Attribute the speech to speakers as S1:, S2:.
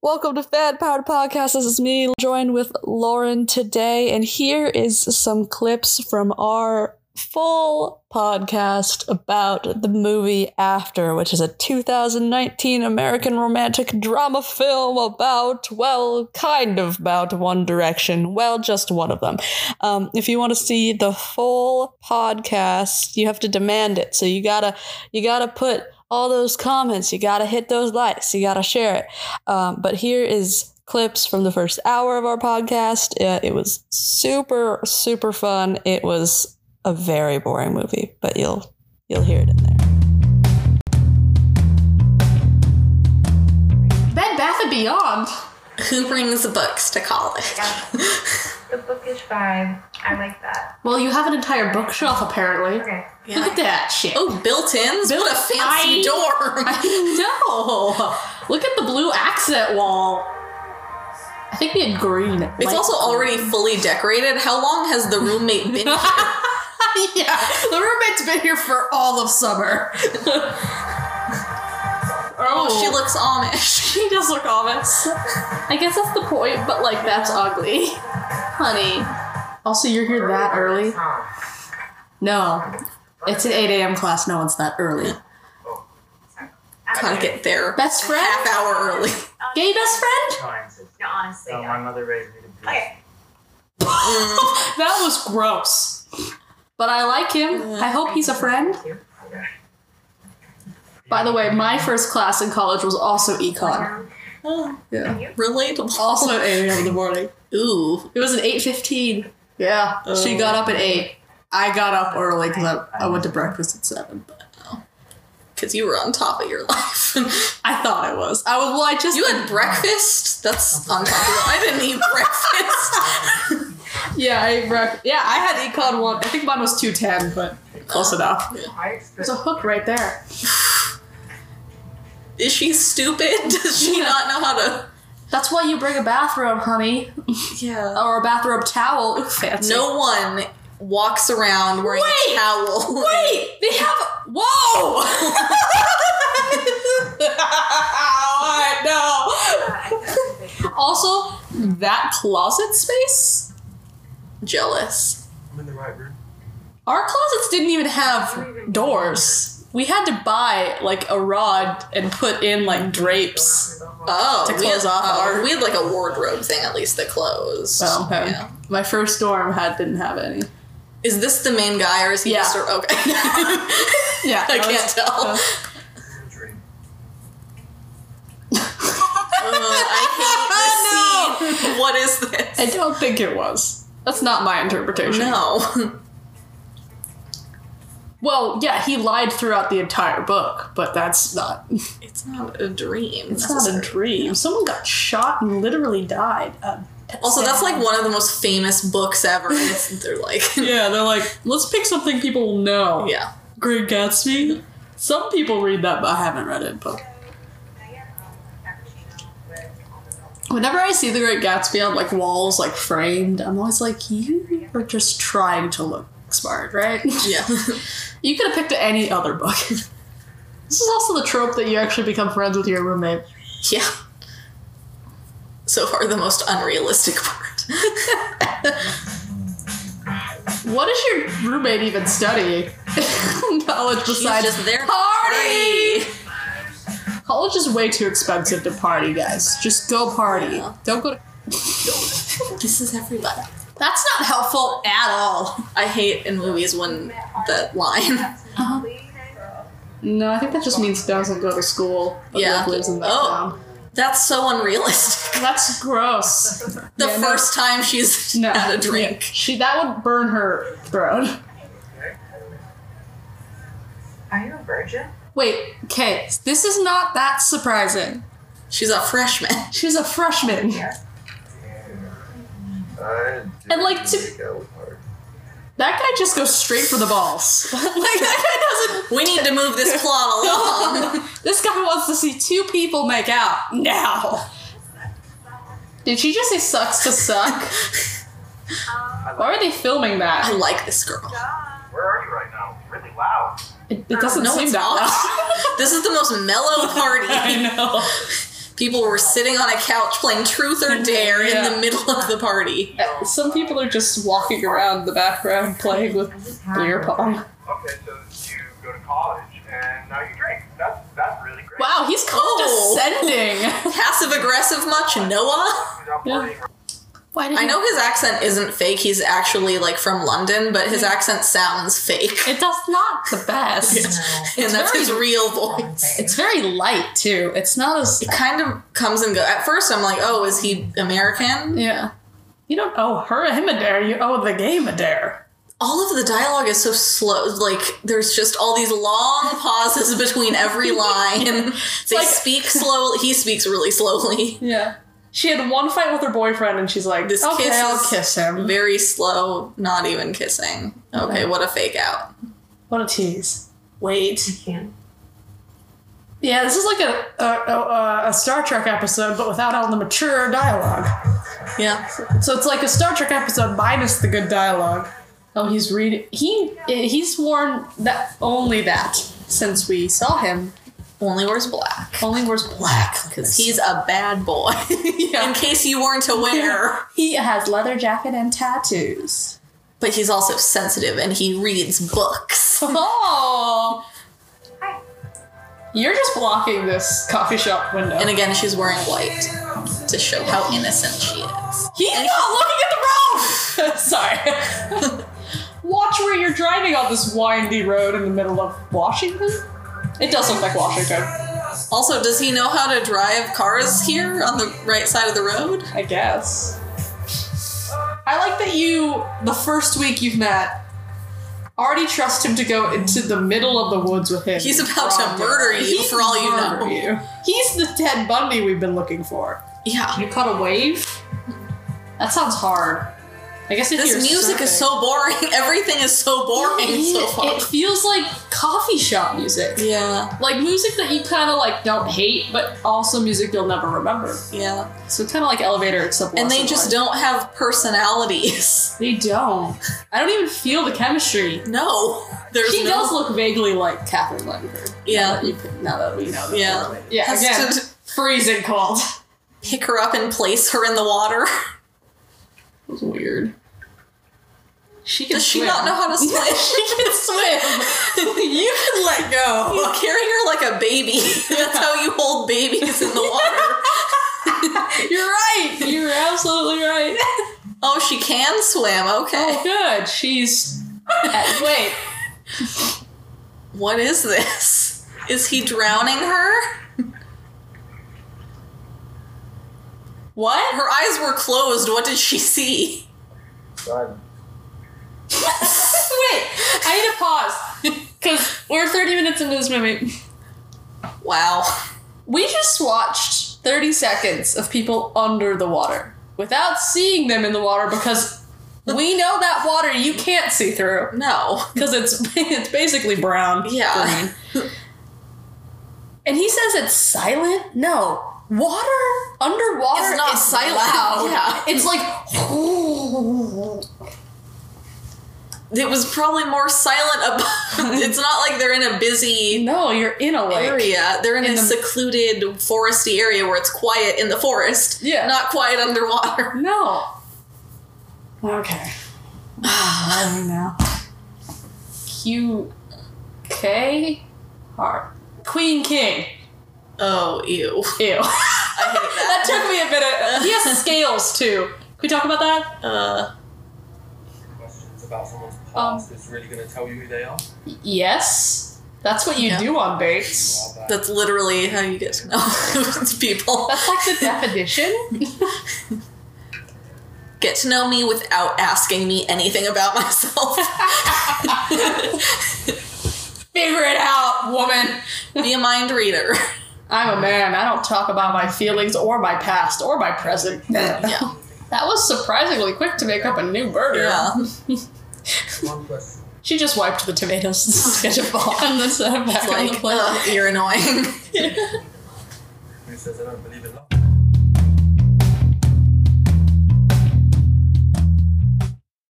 S1: Welcome to Fad Powered Podcast. This is me, joined with Lauren today, and here is some clips from our full podcast about the movie After, which is a 2019 American romantic drama film about, well, kind of about One Direction. Well, just one of them. Um, if you want to see the full podcast, you have to demand it. So you gotta, you gotta put all those comments, you gotta hit those likes, you gotta share it. Um, but here is clips from the first hour of our podcast. Uh, it was super, super fun. It was a very boring movie, but you'll you'll hear it in there.
S2: Bed Bath and Beyond.
S3: Who brings books to college?
S4: The bookish vibe. I like that.
S2: Well, you have an entire bookshelf apparently.
S4: Okay.
S3: Yeah.
S2: Look at that shit.
S3: Oh, built-ins? what a fancy
S2: I-
S3: dorm.
S2: I know. Look at the blue accent wall. I think we had green.
S3: it's also already fully decorated. How long has the roommate been here?
S2: yeah. The roommate's been here for all of summer.
S3: Oh, she looks Amish.
S2: She does look ominous. I guess that's the point, but like that's ugly. Honey. Also, you're here that early? No. It's an 8 a.m. class. No one's that early.
S3: Gotta get there.
S2: Best friend?
S3: Half hour early.
S2: Gay best friend?
S5: times. It's-
S4: No, honestly.
S5: So my mother raised me to be.
S4: Okay.
S2: That was gross. But I like him. I hope he's a friend. By the way, my first class in college was also econ.
S3: Oh,
S2: Yeah.
S3: relatable.
S2: Also at 8 a.m. in the morning.
S3: Ooh.
S2: It was an 8.15. Yeah. She got up at 8. I got up early because I, I went to breakfast at 7. But
S3: Because you were on top of your life.
S2: I thought it was. I was, well, I just.
S3: you had breakfast? That's on top of your I didn't eat breakfast.
S2: Yeah, I ate breakfast. Yeah, I had econ one. I think mine was 210, but close enough. There's a hook right there.
S3: Is she stupid? Does she not know how to...
S2: That's why you bring a bathrobe, honey.
S3: Yeah.
S2: Or a bathrobe towel. Ooh, fancy.
S3: No one walks around wearing
S2: Wait!
S3: a towel.
S2: Wait, they have. Whoa! I know. Also, that closet space.
S3: Jealous.
S5: I'm in the right room.
S2: Our closets didn't even have doors. We had to buy like a rod and put in like drapes.
S3: Oh,
S2: To
S3: we
S2: close
S3: had,
S2: off
S3: oh,
S2: our-
S3: we had like a wardrobe thing at least that closed.
S2: Oh, okay.
S3: Yeah.
S2: My first dorm had didn't have any.
S3: Is this the main guy or is he
S2: Yeah.
S3: just a- okay?
S2: Yeah,
S3: I
S2: that
S3: can't
S2: was-
S3: tell.
S2: uh,
S5: Dream.
S3: Oh, I hate this scene. What is
S2: I
S3: this?
S2: don't think it was. That's not my interpretation.
S3: No.
S2: Well, yeah, he lied throughout the entire book, but that's not.
S3: It's not a dream.
S2: It's not a
S3: necessarily.
S2: dream. Someone got shot and literally died. Um,
S3: Also, that's like one of the most famous books ever. and It's, they're like,
S2: yeah, they're like, let's pick something people will know.
S3: yeah.
S2: Great Gatsby. Some people read that, but I haven't read it. But whenever I see The Great Gatsby on like walls, like framed, I'm always like, you are just trying to look smart, right?
S3: Yeah.
S2: you could have picked any other book. this is also the trope that you actually become friends with your roommate.
S3: Yeah. So far, the most unrealistic part.
S2: What is your roommate even studying? College besides
S3: just there to
S2: party. College is way too expensive to party, guys. Just go party.
S3: Yeah.
S2: Don't go. To-
S3: this is everybody.
S2: That's not helpful at all.
S3: I hate in movies when that line.
S2: No, I think that just means doesn't go to school. but
S3: Yeah.
S2: like Lives in that
S3: Oh.
S2: town.
S3: That's so unrealistic.
S2: That's gross.
S3: The
S2: Yeah, no.
S3: first time she's
S2: No.
S3: had a drink.
S2: She that would burn her throat.
S4: Are you a virgin?
S2: Wait, okay, this is not that surprising.
S3: She's a freshman.
S2: She's a freshman.
S5: Mm-hmm.
S2: And, like,
S5: to.
S2: That guy just goes straight for the balls. like that guy doesn't
S3: We need to move this plot along.
S2: This guy wants to see two people make out now. Did she just say sucks to suck?
S4: Um,
S2: Why are they filming
S3: I
S2: that?
S3: like this girl.
S5: Where are you right now? Really loud.
S2: It, it doesn't
S3: No,
S2: seem
S3: it's
S2: that
S3: not.
S2: loud.
S3: This is the most mellow party.
S2: know.
S3: People were sitting on a couch playing Truth or Dare
S2: Yeah.
S3: in the middle of the party.
S2: Uh, Some people are just walking around the background playing with beer pong.
S5: Okay, so you go to college and now you drink. That's that's really great.
S2: Wow, he's condescending.
S3: Passive aggressive much, Noah?
S5: He's out
S2: Yeah.
S5: partying around.
S2: Why did
S3: I
S2: he-
S3: know his accent isn't fake. He's actually like from London, but his accent sounds fake.
S2: It does not the best.
S3: and that's
S2: very-
S3: his real voice.
S2: It's very light too. It's not as
S3: It kind of comes and goes. At first, I'm like, oh, is he American?
S2: yeah. You don't owe her him a dare. You owe the game a dare.
S3: All of the dialogue is so slow. Like, there's just all these long pauses between every line. they
S2: like-
S3: speak slowly. He speaks really slowly.
S2: Yeah. She had one fight with her boyfriend, and she's like,
S3: This
S2: "Okay,
S3: kiss
S2: I'll
S3: is-
S2: kiss him."
S3: Very slow, not even kissing. Okay, what a fake out.
S2: What a tease. Wait.
S4: can't.
S2: Yeah, this is like a a, a a Star Trek episode, but without all the mature dialogue.
S3: Yeah.
S2: So it's like a Star Trek episode minus the good dialogue. Oh, he's reading. He he's worn that only that since we saw him.
S3: Only wears black.
S2: Only wears black
S3: Because he's a bad boy. In case you weren't aware.
S2: he has leather jacket and tattoos.
S3: But he's also sensitive and he reads books.
S2: Oh,
S4: Hi.
S2: you're just blocking this coffee shop window.
S3: And again, she's wearing white to show how innocent she is.
S2: He's not looking at the road! Sorry. Watch where you're driving on this windy road in the middle of Washington? It does look like Washington,
S3: Also, does he know how to drive cars here on the right side of the road?
S2: I guess. I like that you, the first week you've met, already trust him to go into the middle of the woods with him.
S3: He's
S2: Rob
S3: about to
S2: Dylan.
S3: murder you,
S2: He'd
S3: for all you
S2: murder
S3: know.
S2: you. He's the Ted Bundy we've been looking for.
S3: Yeah.
S2: You caught a wave? That sounds hard. I guess if
S3: This
S2: you're
S3: music is
S2: surfing-
S3: so boring. Everything is so boring so
S2: It-
S3: far.
S2: It feels like coffee shop music.
S3: yeah,
S2: Like music that you kind of like don't hate, but also music you'll never remember.
S3: yeah.
S2: So kind of like elevator, except
S3: And
S2: less
S3: they just
S2: annoying.
S3: don't have personalities.
S2: They don't. I don't even feel the chemistry.
S3: No. There's
S2: she
S3: no,
S2: does look vaguely like Catherine Langford. Now
S3: Yeah.
S2: that, you, now that we know. That
S3: Yeah.
S2: they're related. Yeah.
S3: Has
S2: Again,
S3: to-
S2: freezing cold.
S3: Pick her up and place her in the water.
S2: It was weird. She can
S3: Does she
S2: swim.
S3: not know how to swim?
S2: she can swim. you can let go.
S3: You carry her like a baby. That's how you hold babies in the water.
S2: You're right. You're absolutely right.
S3: Oh, she can swim.
S2: Oh,
S3: Okay.
S2: good. She's. Uh, wait.
S3: What is this? Is he drowning her?
S2: What?
S3: Her eyes were closed. What did she see?
S5: Driving.
S2: Wait. I need to pause because we're 30 minutes into this movie.
S3: Wow.
S2: We just watched 30 seconds of people under the water without seeing them in the water because we know that water you can't see through
S3: No.
S2: because it's it's basically brown.
S3: Yeah.
S2: Green. And he says it's silent? No. Water underwater
S3: It's not
S2: is
S3: silent.
S2: loud.
S3: Yeah.
S2: It's like
S3: It was probably more silent above. It's not like they're in a busy
S2: No, you're in a lake.
S3: area. They're in,
S2: In
S3: a
S2: the-
S3: secluded foresty area where it's quiet in the forest.
S2: Yeah.
S3: Not quiet underwater.
S2: No. Okay. I now. Q K Heart. Queen King.
S3: Oh, ew.
S2: Ew.
S3: I hate
S2: that
S3: that.
S2: took me a minute. He has scales too. Can we talk about that?
S3: uh,
S5: Questions about someone's past is really going to tell you who they are.
S2: Yes. That's what you
S3: Yeah.
S2: do on
S5: You
S2: dates.
S5: are that.
S3: that's literally how you get to know those people.
S2: That's like the definition.
S3: get to know me without asking me anything about myself.
S2: Figure it out, woman.
S3: Be a mind reader.
S2: I'm a man. I don't talk about my feelings or my past or my present.
S3: Yeah.
S2: That was surprisingly quick to make up a new murder.
S3: Yeah.
S5: One question.
S2: She just wiped the tomatoes and sketch a ball and then set it back on the
S3: Like,
S2: plate.
S3: ugh, you're annoying.
S5: Who says I don't believe in love?